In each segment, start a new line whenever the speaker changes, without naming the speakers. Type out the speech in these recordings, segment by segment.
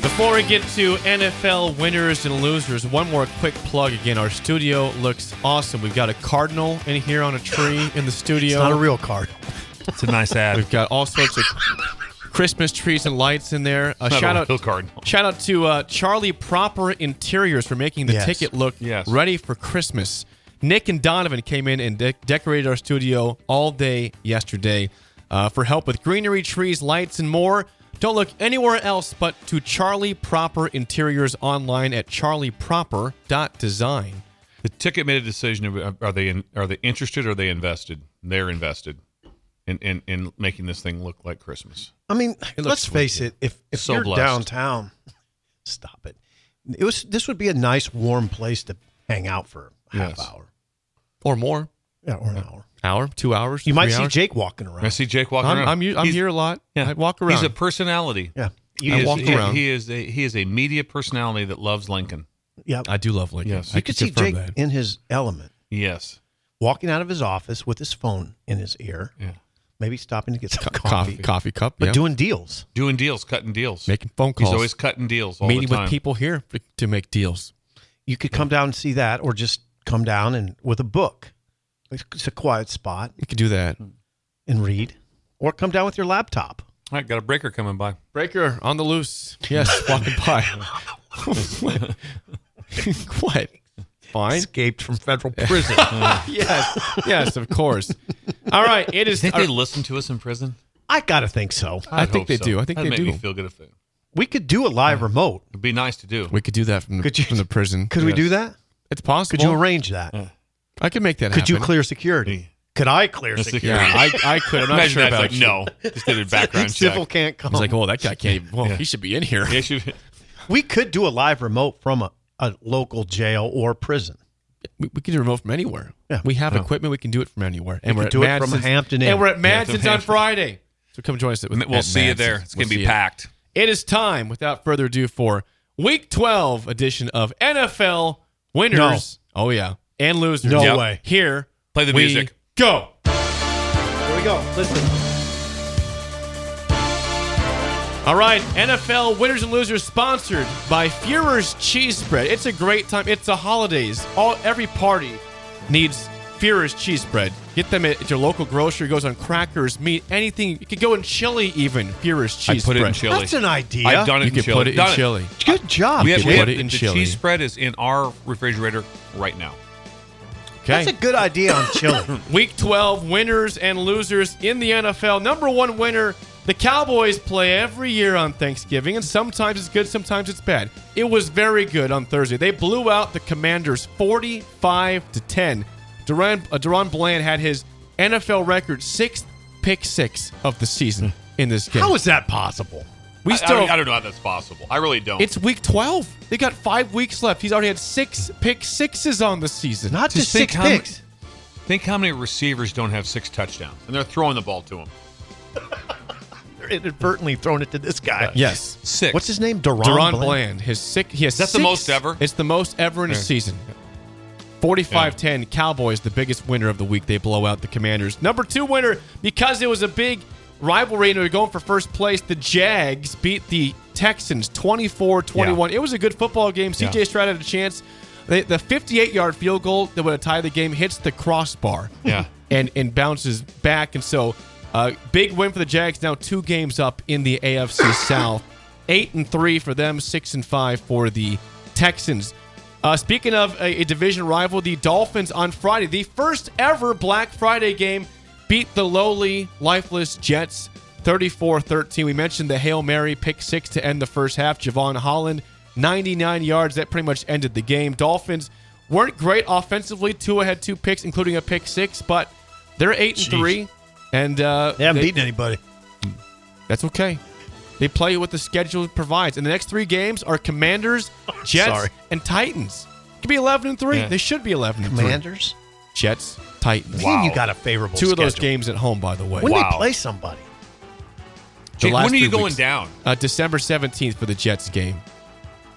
Before we get to NFL winners and losers, one more quick plug again. Our studio looks awesome. We've got a cardinal in here on a tree in the studio.
It's not a real card.
It's a nice ad.
We've got all sorts of Christmas trees and lights in there. A
Not a
shout
real
out,
cardinal.
shout out to uh, Charlie Proper Interiors for making the
Yes.
ticket look
Yes.
ready for Christmas. Nick and Donovan came in and de- decorated our studio all day yesterday uh, for help with greenery, trees, lights, and more. Don't look anywhere else but to Charlie Proper Interiors online at charlieproper.design.
The ticket made a decision. Of, are they in, are they interested? Or are they invested? They're invested in, in in making this thing look like Christmas.
I mean,
looks
let's face
sweet.
it. If if
So
you're
blessed.
downtown, stop it. It was this would be a nice warm place to hang out for a half
Yes.
hour,
Or more.
yeah, or an hour.
Hour, two hours.
You might
three
see
hours.
Jake walking around.
I see Jake walking
I'm,
around.
I'm, u- I'm
He's-
here a lot.
Yeah.
I walk around.
He's a personality.
Yeah,
He
I
is,
walk
he-
around.
He is a he is a media personality that loves Lincoln.
yeah.
I do love Lincoln.
Yes.
I
you
can
could see
confirm
Jake
that.
in his element,
Yes.
walking out of his office with his phone in his ear,
Yeah.
maybe stopping to get some
coffee,
coffee,
coffee cup,
but
yeah.
doing deals.
Doing deals, cutting deals.
making phone
He's
calls,
always cutting deals. All
meeting
the time.
with people here f- to make deals.
You could come down and see that, or just come down and with a book. It's- It's a quiet spot
You could do that.
Hmm. and read, or come down with your laptop.
All right, got a breaker coming by.
Breaker on the loose. Yes, walking by. what? Fine.
Escaped from federal prison.
Yes, yes, of course. All right, it is.
Think they listen to us in prison?
I gotta think so.
I think
hope
they
so.
do. I think
That'd
they
make
do.
me feel good if it.
We could do a live remote.
It'd be nice to do.
we could do that from the,
Could you-
from the prison.
Could we do that?
It's possible.
Could you arrange that?
I could make that
Could you
happen.
clear security? Could I clear
That's the-
security?
Yeah, I, I could. I'm not
Imagine
sure
that's
about
like,
you.
no. Just did a background check.
Civil can't come.
He's like, oh, that guy can't. Well,
Yeah.
he should be in here.
Yeah, she-
we could do a live remote from a, a local jail or prison.
We, we can do remote from anywhere.
Yeah.
We have equipment. We can do it from anywhere. And
We
are
could do it from Hampton
And
Inn.
we're at
Yeah, from
Madsen's on
Hampton.
Friday. So come join us. At,
we'll
at
see you
Madsen's.
there. It's
We'll
gonna
see
be
you.
packed.
It is time, without further ado, for Week 12 edition of NFL winners. Oh yeah, and losers.
No Yep. way.
Here,
Play the
we
music.
Go.
Here we go. Listen.
All right, NFL winners and losers sponsored by Fuhrer's Cheese Spread. It's a great time. It's the holidays. All every party needs Fuhrer's cheese spread. Get them at, at your local grocery. It goes on crackers, meat, anything. You could go in chili even. Fuhrer's
I
cheese
put
spread.
it in chili.
That's an idea.
I've done it
You
in
could
chili.
put it
Done
in chili.
Good job.
We have,
could
Jake.
we
put
have-
it in
the
chili.
cheese spread is in our refrigerator right now.
Okay.
That's a good idea on chili.
Week 12 winners and losers in the NFL. Number one winner, the Cowboys play every year on Thanksgiving, and sometimes it's good, sometimes it's bad. It was very good on Thursday. They blew out the Commanders 45 to 10. Duran uh, Duran Bland had his NFL record sixth pick six of the season in this game.
Hmm. How is that possible?
we
I- I,
still?
don't, I don't know how that's possible. I really don't.
it's week 12. They got five weeks left. He's already had six pick sixes on the season.
Not
Just
just,
think
six
how many-
picks.
Think how many receivers don't have six touchdowns, and they're throwing the ball to them.
They're inadvertently throwing it to this guy.
yes.
Six.
What's his name? Duran,
Deron
Bland?
Bland. His sick. He has
Is that the
six-
most ever?
It's the most ever in a
Yeah.
season. 45 10, Cowboys, the biggest winner of the week. They blow out the Commanders. Number two winner, because it was a big rivalry and we were going for first place, the Jags beat the Texans 24 21. It was a good football game. CJ Stroud had a chance. They, the 58 yard field goal that would have tied the game hits the crossbar
Yeah.
and, and bounces back. And so, uh, big win for the Jags. Now two games up in the AFC South. Eight and three for them. Six and five for the Texans. Uh, speaking of a, a division rival, the Dolphins on Friday, the first ever Black Friday game, beat the lowly, lifeless Jets 34 13. We mentioned the Hail Mary pick six to end the first half. Javon Holland, 99 yards. That pretty much ended the game. Dolphins weren't great offensively. Tua had two picks, including a pick six, but they're 8 and 3. And uh,
They haven't
they-
beaten anybody.
that's okay. They play what the schedule provides. And the next three games are Commanders, Jets,
Sorry.
and Titans. It could be 11 and 3.
Yeah.
They should be 11 and 3.
Commanders.
Jets, Titans.
Man, you got a favorable.
Two of those
schedule.
games at home, by the way.
When
Wow.
they play somebody,
The
Jake,
last
when are
three
you going
weeks.
down?
Uh, December 17th for the Jets game.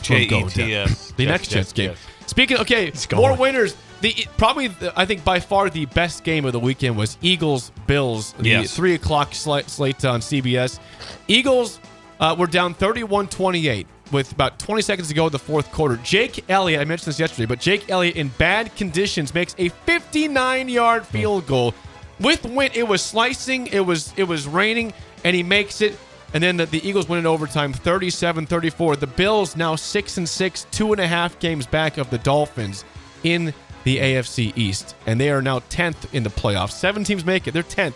J
Go
E
down.
T S.
The
Yes,
next
yes,
Jets game.
yes.
Speaking, okay,
going.
more winners. The probably the- I think by far the best game of the weekend was Eagles Bills. The
Yes.
three o'clock sli- slate on CBS. Eagles uh, were down 31-28 with about 20 seconds to go in the fourth quarter. Jake Elliott, I mentioned this yesterday, but Jake Elliott in bad conditions makes a 59-yard field goal. With wind, it was slicing, it was it was raining, and he makes it. And then the, the Eagles win in overtime 37 34. The Bills now 6 and 6, two and a half games back of the Dolphins in the AFC East. And they are now 10th in the playoffs. Seven teams make it. They're 10th.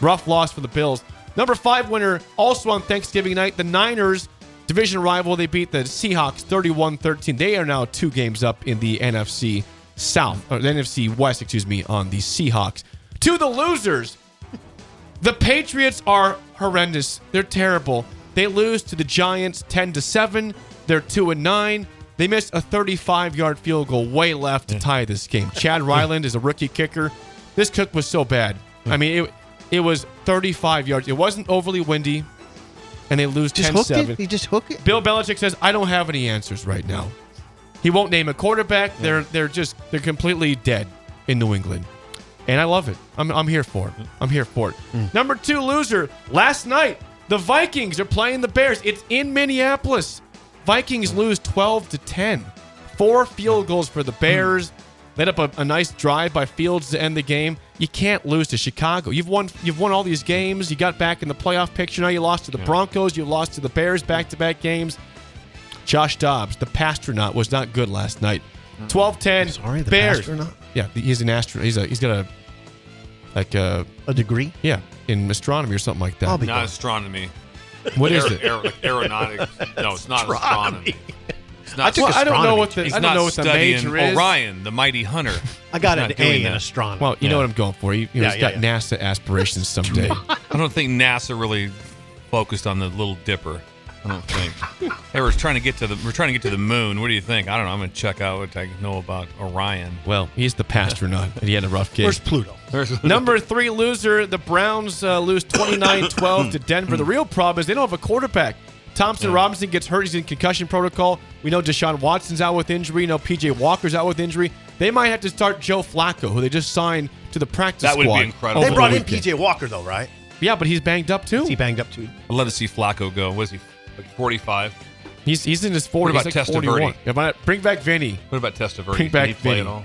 Rough loss for the Bills. Number five winner, also on Thanksgiving night, the Niners, division rival. They beat the Seahawks 31 13. They are now two games up in the NFC South, uh, or the NFC West, excuse me, on the Seahawks. To the losers, the Patriots are horrendous. They're terrible. They lose to the Giants 10 to 7. They're 2 and 9. They missed a 35-yard field goal way left to tie this game. Chad Ryland is a rookie kicker. This kick was so bad. I mean, it it was 35 yards. It wasn't overly windy and they lose
just hooked
10-7.
it. You just hook it.
Bill Belichick says, "I don't have any answers right now." He won't name a quarterback. They're they're just they're completely dead in New England, and I love it. I'm I'm here for it. I'm here for it. Number two loser last night. The Vikings are playing the Bears. It's in Minneapolis. Vikings lose 12 to 10. Four field goals for the Bears. Led up a, a nice drive by Fields to end the game. You can't lose to Chicago. You've won. You've won all these games. You got back in the playoff picture. Now you lost to the Broncos. You lost to the Bears back-to-back games. Josh Dobbs, the pastronaut, was not good last night. 12-10,
Sorry, the
Bears.
pastronaut?
Yeah, he's an astronaut. He's a. He's got a. Like a
A degree.
yeah, in astronomy or something like that.
I'll be-
Not astronomy.
what is
Aer-
it?
aer- like aeronautics. No, it's not astronomy. It's not.
I took
Well, I don't know
astronomy.
what the
He's
I don't
not
know what the
studying
major is.
Orion, the mighty hunter.
I got
He's
an
not doing
A in
that.
astronomy.
Well, you know
Yeah.
what I'm going for. He, has
Yeah, yeah,
got
yeah.
NASA aspirations someday.
I don't think NASA really focused on the Little Dipper. I don't think they were trying to get to the we're trying to get to the moon. What do you think? I don't know. I'm gonna check out what I know about Orion.
well, he's the pastronaut, and he had a rough game.
Where's Pluto?
Number three loser, the Browns uh, lose 29 12 to Denver. The real problem is they don't have a quarterback. Thompson Robinson gets hurt. He's in concussion protocol. We know Deshaun Watson's out with injury. We know PJ Walker's out with injury. They might have to start Joe Flacco, who they just signed to the practice
That would be
squad.
incredible.
over
They
the
brought in
weekend.
PJ Walker though, right?
Yeah, but he's banged up too.
He banged up too.
I'd love to see Flacco go. Was he like 45?
He's, he's in his 40s.
about
he's like
Testaverde?
41. Yeah, why not- Bring back Vinny.
What about Testaverde?
Bring
Can
back
he play
Vinny.
at all?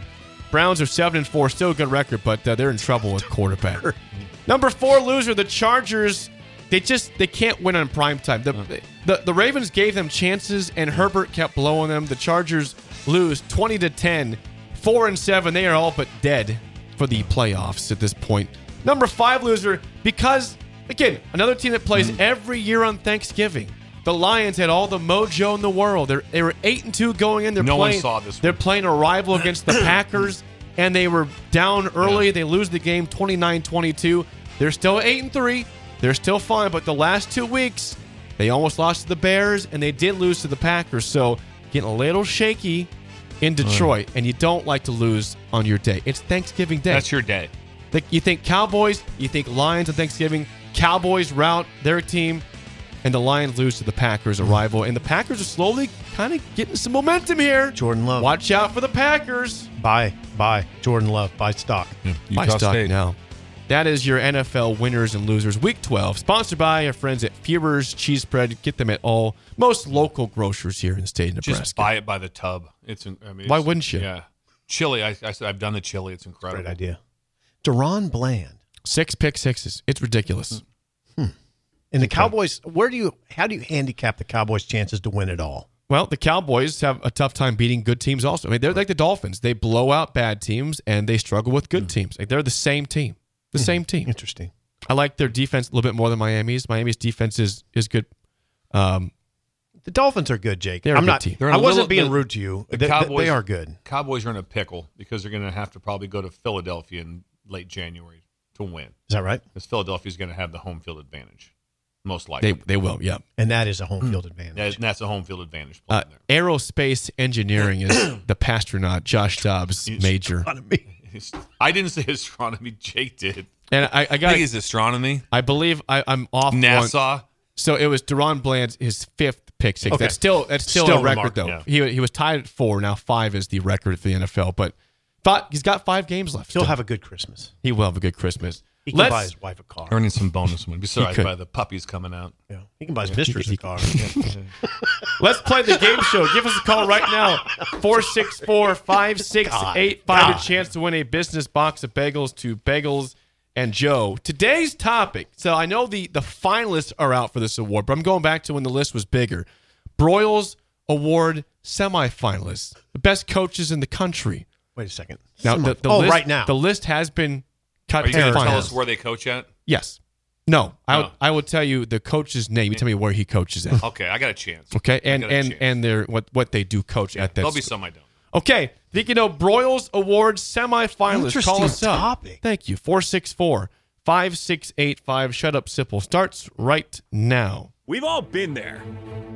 Browns are seven and four, still a good record, but uh, they're in trouble with quarterback. Number four loser, the Chargers. They just they can't win on prime time. The, the the Ravens gave them chances, and Herbert kept blowing them. The Chargers lose twenty to 10, 4 and seven. They are all but dead for the playoffs at this point. Number five loser because again another team that
Hmm.
plays every year on Thanksgiving. The Lions had all the mojo in the world. They're, they were eight and two going in. They're
No one
playing,
saw this one.
They're playing a rival against the Packers, and they were down early. They lose the game 29 22. They're still 8 and 3. They're still fine, but the last two weeks, they almost lost to the Bears, and they did lose to the Packers. So getting a little shaky in Detroit, and you don't like to lose on your day. It's Thanksgiving Day.
That's your day.
Like, you think Cowboys, you think Lions on Thanksgiving. Cowboys rout their team, and the Lions lose to the Packers, a rival. And the Packers are slowly kind of getting some momentum here.
Jordan Love.
Watch out for the Packers.
Buy, buy Jordan Love, buy stock.
Buy
Utah
stock
State.
now. That is your NFL winners and losers week 12, sponsored by our friends at Fever's Cheese Spread. Get them at all most local grocers here in the state of Nebraska.
Just buy it by the tub. It's. an- I mean,
Why
it's-
wouldn't you?
Yeah. Chili. I, I said I've done the chili. It's incredible.
Great idea. Deron Bland
Six pick sixes. It's ridiculous.
and the Cowboys. Where do you? How do you handicap the Cowboys' chances to win it all?
Well, the Cowboys have a tough time beating good teams also. I mean, they're like the Dolphins. They blow out bad teams and they struggle with good teams. Like they're the same team. The same team.
Interesting.
I like their defense a little bit more than Miami's. Miami's defense is is good. Um,
The Dolphins are good, Jake.
They're a
I'm
good
not.
team.
They're in
I
a
wasn't
little-
being
the-
rude to you.
the
They- they-
Cowboys-
they are good.
Cowboys are in a pickle because they're going to have to probably go to Philadelphia in late January to win.
Is that right?
Because Philadelphia's going to have the home field advantage, most likely.
they they will. Yeah.
And that is a home field advantage.
That- that's a home field advantage play
Uh, aerospace engineering is the pastronaut Josh Dobbs
Yes.
major,
there. I didn't say astronomy. Jake did.
and I, I
I
got.
think it's astronomy.
I believe I, I'm off One.
NASA.
So it was Deron Bland's his fifth pick six.
Okay.
That's still that's still,
Still
a record though.
remarkable,
He he was tied at four. Now five is the record for the NFL. But thought he's got five games left.
He'll
still.
have a good Christmas.
he will have a good Christmas.
He can buy his wife a car.
Earning some bonus money. Be surprised
could.
by the puppies coming out.
Yeah. He can buy his mistress a car.
Let's play the game show. Give us a call right now. 464 5685. A chance to win a business box of bagels to Bagels and Joe. Today's topic. So I know the, the finalists are out for this award, but I'm going back to when the list was bigger. Broyles Award semifinalists, the best coaches in the country.
Wait a second.
Now,
Some
the,
of-
the
oh,
list,
right now.
The list has been cut
Are you
to
going to tell
finals.
us where they coach at?
Yes. No, I,
Oh.
I will tell you the coach's name. You tell me where he coaches at.
Okay, I got a chance.
Okay, and
got a
and
chance.
and their what what they do coach at that.
There'll be
school.
some I don't.
Okay, Vikino Broyles Award semifinalists. Call
Interesting
us up.
topic.
Thank you. 464 5685. Shut up, Sipple. Starts right now.
We've all been there.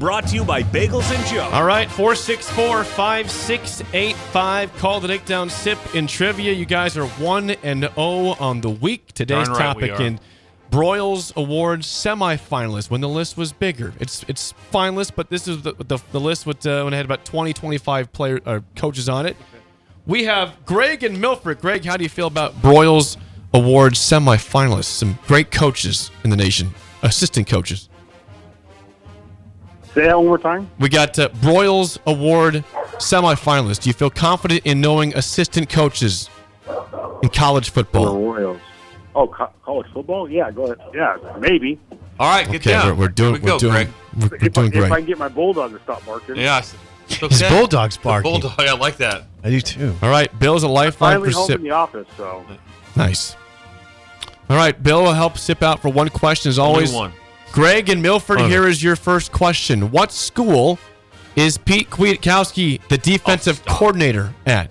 Brought to you by Bagels and Joe.
All right, 464 5685. Call the Nick Down Sip in trivia. You guys are 1 and 0 on the week. Today's
Darn right we
topic
are.
in Broyles Award semifinalists when the list was bigger. It's it's finalists, but this is the, the, the list with, uh, when it had about 20, 25 player, uh, coaches on it. We have Greg and Milford. Greg, how do you feel about Broyles Award semifinalists? Some great coaches in the nation, assistant coaches.
Say that one more time.
We got uh, Broyles Award semifinalist. Do you feel confident in knowing assistant coaches in college football?
Royals. Oh, co- college football? Yeah, go ahead. Yeah, maybe.
All right, get
Okay,
down.
we're, we're doing
Here we
we're
go,
doing
Greg.
we're, we're
If, I,
doing
if I
great.
can get my bulldog to stop barking.
Yeah.
His bulldog's barking.
Bulldog. I like that.
I do too.
All right, Bill's a lifeline for
Finally home
Sip.
in the office, so
Nice. All right, Bill will help Sip out for one question as
Only
always.
one.
Greg and Milford,
Oh, no.
here is your first question. What school is Pete Kwiatkowski the defensive
Oh, stop.
coordinator at?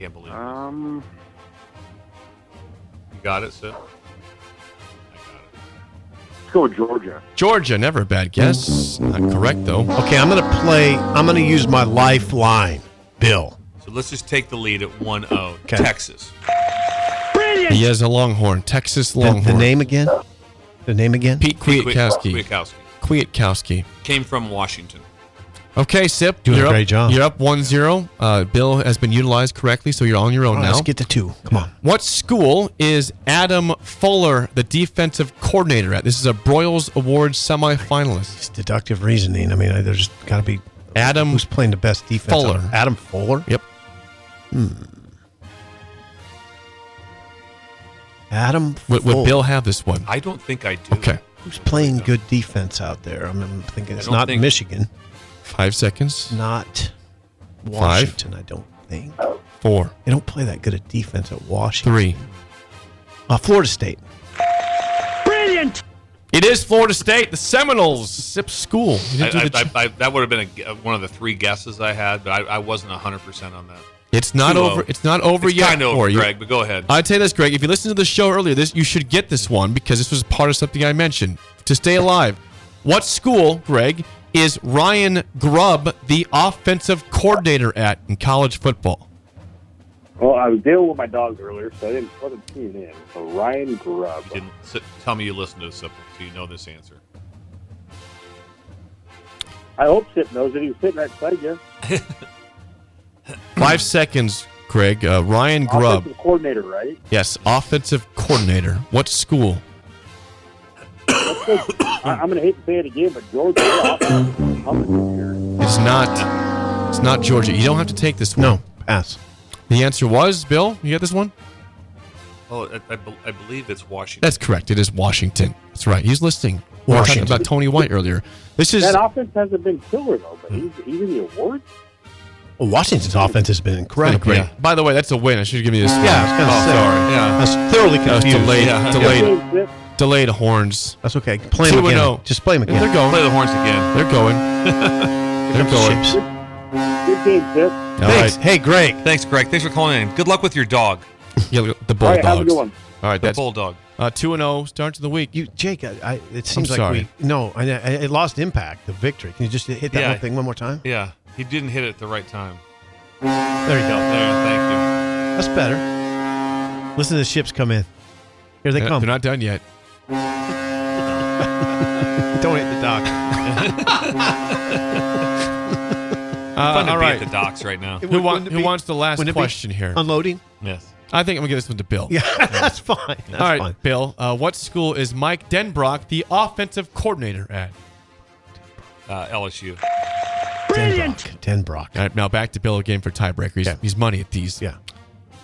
Can't believe it.
um,
you got it, Sip.
let's go with Georgia.
Georgia, never a bad guess. Not correct though.
Okay, I'm going to play. I'm going to use my lifeline, Bill.
oh. So let's just take the lead at 1 0.
Okay.
Texas.
brilliant.
He is a Longhorn, Texas
The,
Longhorn.
the name again? The name again?
Pete Kwiatkowski.
Kwiatkowski.
Kwiatkowski.
Came from Washington.
Okay, Sip,
Doing a
you're
great
up,
job.
You're up 1-0. Uh, Bill has been utilized correctly, so you're on your own
All right,
now.
Let's get to two. Come on.
What school is Adam Fuller, the defensive coordinator at? This is a Broyles Award semifinalist.
It's deductive reasoning. I mean, I- there's got to be
Adam
who's playing the best defense.
Fuller.
on- Adam Fuller.
Yep.
Hmm. Adam.
Would,
Fuller.
would Bill have this one?
I don't think I do.
Okay.
Who's playing good defense out there? I mean, I'm thinking it's
don't
not
think-
Michigan,
Five seconds.
not Washington. I don't think
Four.
they don't play that good a defense at Washington.
Three.
Uh, Florida State.
Brilliant.
It is Florida State, the Seminoles. Sip school. You
I,
didn't do the
I,
ch-
I, I, that would have been a gu- one of the three guesses I had, but I, I wasn't 100% on that.
it's not
Too low.
over. It's not over
It's
yet.
kind of
for
over,
you.
Greg, but go ahead.
I'd say this, Greg. If you listened to the show earlier, this you should get this one because this was part of something I mentioned. To stay alive, what school, Greg, is Ryan Grubb the offensive coordinator at in college football?
Well, I was dealing with my dogs earlier, so I didn't wasn't keying in. So Ryan Grubb.
You didn't s- tell me you listened to Sipple, so you know this answer.
I hope Sip knows that he was sitting right beside you.
Five seconds, Greg. Uh, Ryan Grubb.
Offensive coordinator, right?
Yes, offensive coordinator. What school?
I, I'm going to hate to say it again, but Georgia. they're offensive humming this year.
It's not. It's not Georgia. You don't have to take this one.
No, pass.
The answer was Bill. You got this one.
Oh, I, I, be- I believe it's Washington.
That's correct. It is Washington. That's right. He's listening. We were talking
Washington.
about Tony White earlier. This is
That offense hasn't been killer though, but he's, he's in the awards.
Well, Washington's offense has been
Right,
incredible.
great. By the way, that's a win. I should give you this.
Yeah, I was gonna
oh,
say.
sorry.
I
Yeah.
was thoroughly
That was
confused.
delayed,
Yeah.
delayed,
Game, Sip.
delayed horns.
That's okay. Play him
2 and oh.
again.
0.
Just play him
They're
again.
Play
going.
the horns again.
They're going. They're going.
Chips.
Good game, Sip.
All
Thanks.
right.
Hey, Greg.
Thanks, Greg. Thanks for calling in. Good luck with your dog,
Yeah, look, the
All
Bulldogs.
right, have a good one.
All right,
the
that's
bulldog.
uh, two and zero start to the week.
You, Jake. I, I, it seems like
sorry.
we no. I, I it lost impact. The victory. Can you just hit that
Yeah.
one thing one more time?
Yeah, he didn't hit it at the right time.
There you go.
There, thank you.
That's better. Listen to the ships come in. Here they
They're-
come.
Uh, They're not done yet.
Don't hit the dock.
Uh,
Fun to
all
be
right.
at the docks right now.
Who wa- who wants the last
wouldn't it be
question here?
Unloading.
Yes.
I think I'm gonna give this one to Bill.
Yeah, that's fine. That's
all right,
fine.
Bill. Uh, what school is Mike Denbrock the offensive coordinator at?
Uh, LSU.
Brilliant. Ten Brock.
All right, now back to Bill again for tiebreaker. He's,
Yeah.
he's money at these.
Yeah.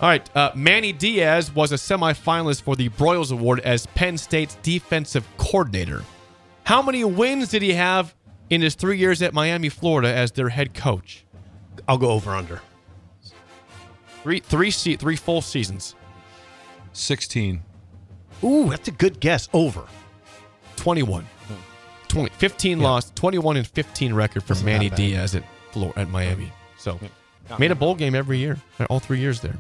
All right. Uh, Manny Diaz was a semifinalist for the Broyles Award as Penn State's defensive coordinator. How many wins did he have in his three years at Miami, Florida, as their head coach?
I'll go over under.
Three, three, se- three full seasons.
16.
Ooh, that's a good guess. Over.
21. 20, 15 lost, 21 and 15 record for Manny Diaz at Flor- at Miami. So made a bowl game every year, uh, all three years there.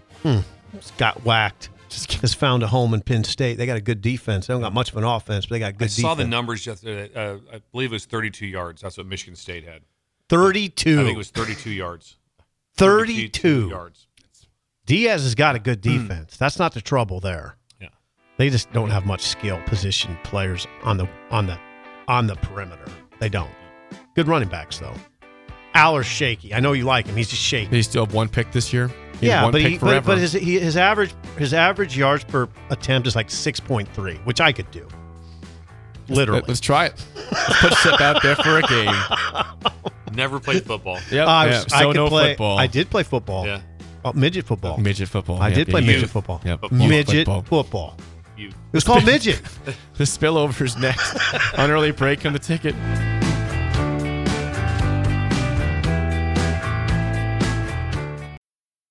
Just got whacked. Just has found a home in Penn State. They got a good defense. They don't got much of an offense, but they got good
I
defense.
saw the numbers yesterday. Uh, I believe it was 32 yards. That's what Michigan State had.
Thirty-two.
I think it was 32 yards.
32.
yards. Hmm.
Diaz has got a good defense. That's not the trouble there.
Yeah.
They just don't have much skill position players on the on the on the perimeter. They don't. Good running backs though. Aller's shaky. I know you like him. He's just shaky.
They still have one pick this year. He had
Yeah,
one
but,
pick
he, but
forever.
but his he, his average his average yards per attempt is like six point three, which I could do. Literally,
Let- Let's try it. Let's put Sip out there for a game.
Never played football.
Yep.
Oh, I,
yeah,
was- I
so
could
no
play.
football.
I did play football.
Yeah.
Oh, midget football.
midget football.
I
Yeah,
did play
yeah.
midget
Youth.
football.
Yeah, football.
Midget
Football.
football.
You
It was called midget.
The spillover's next on early break on the ticket.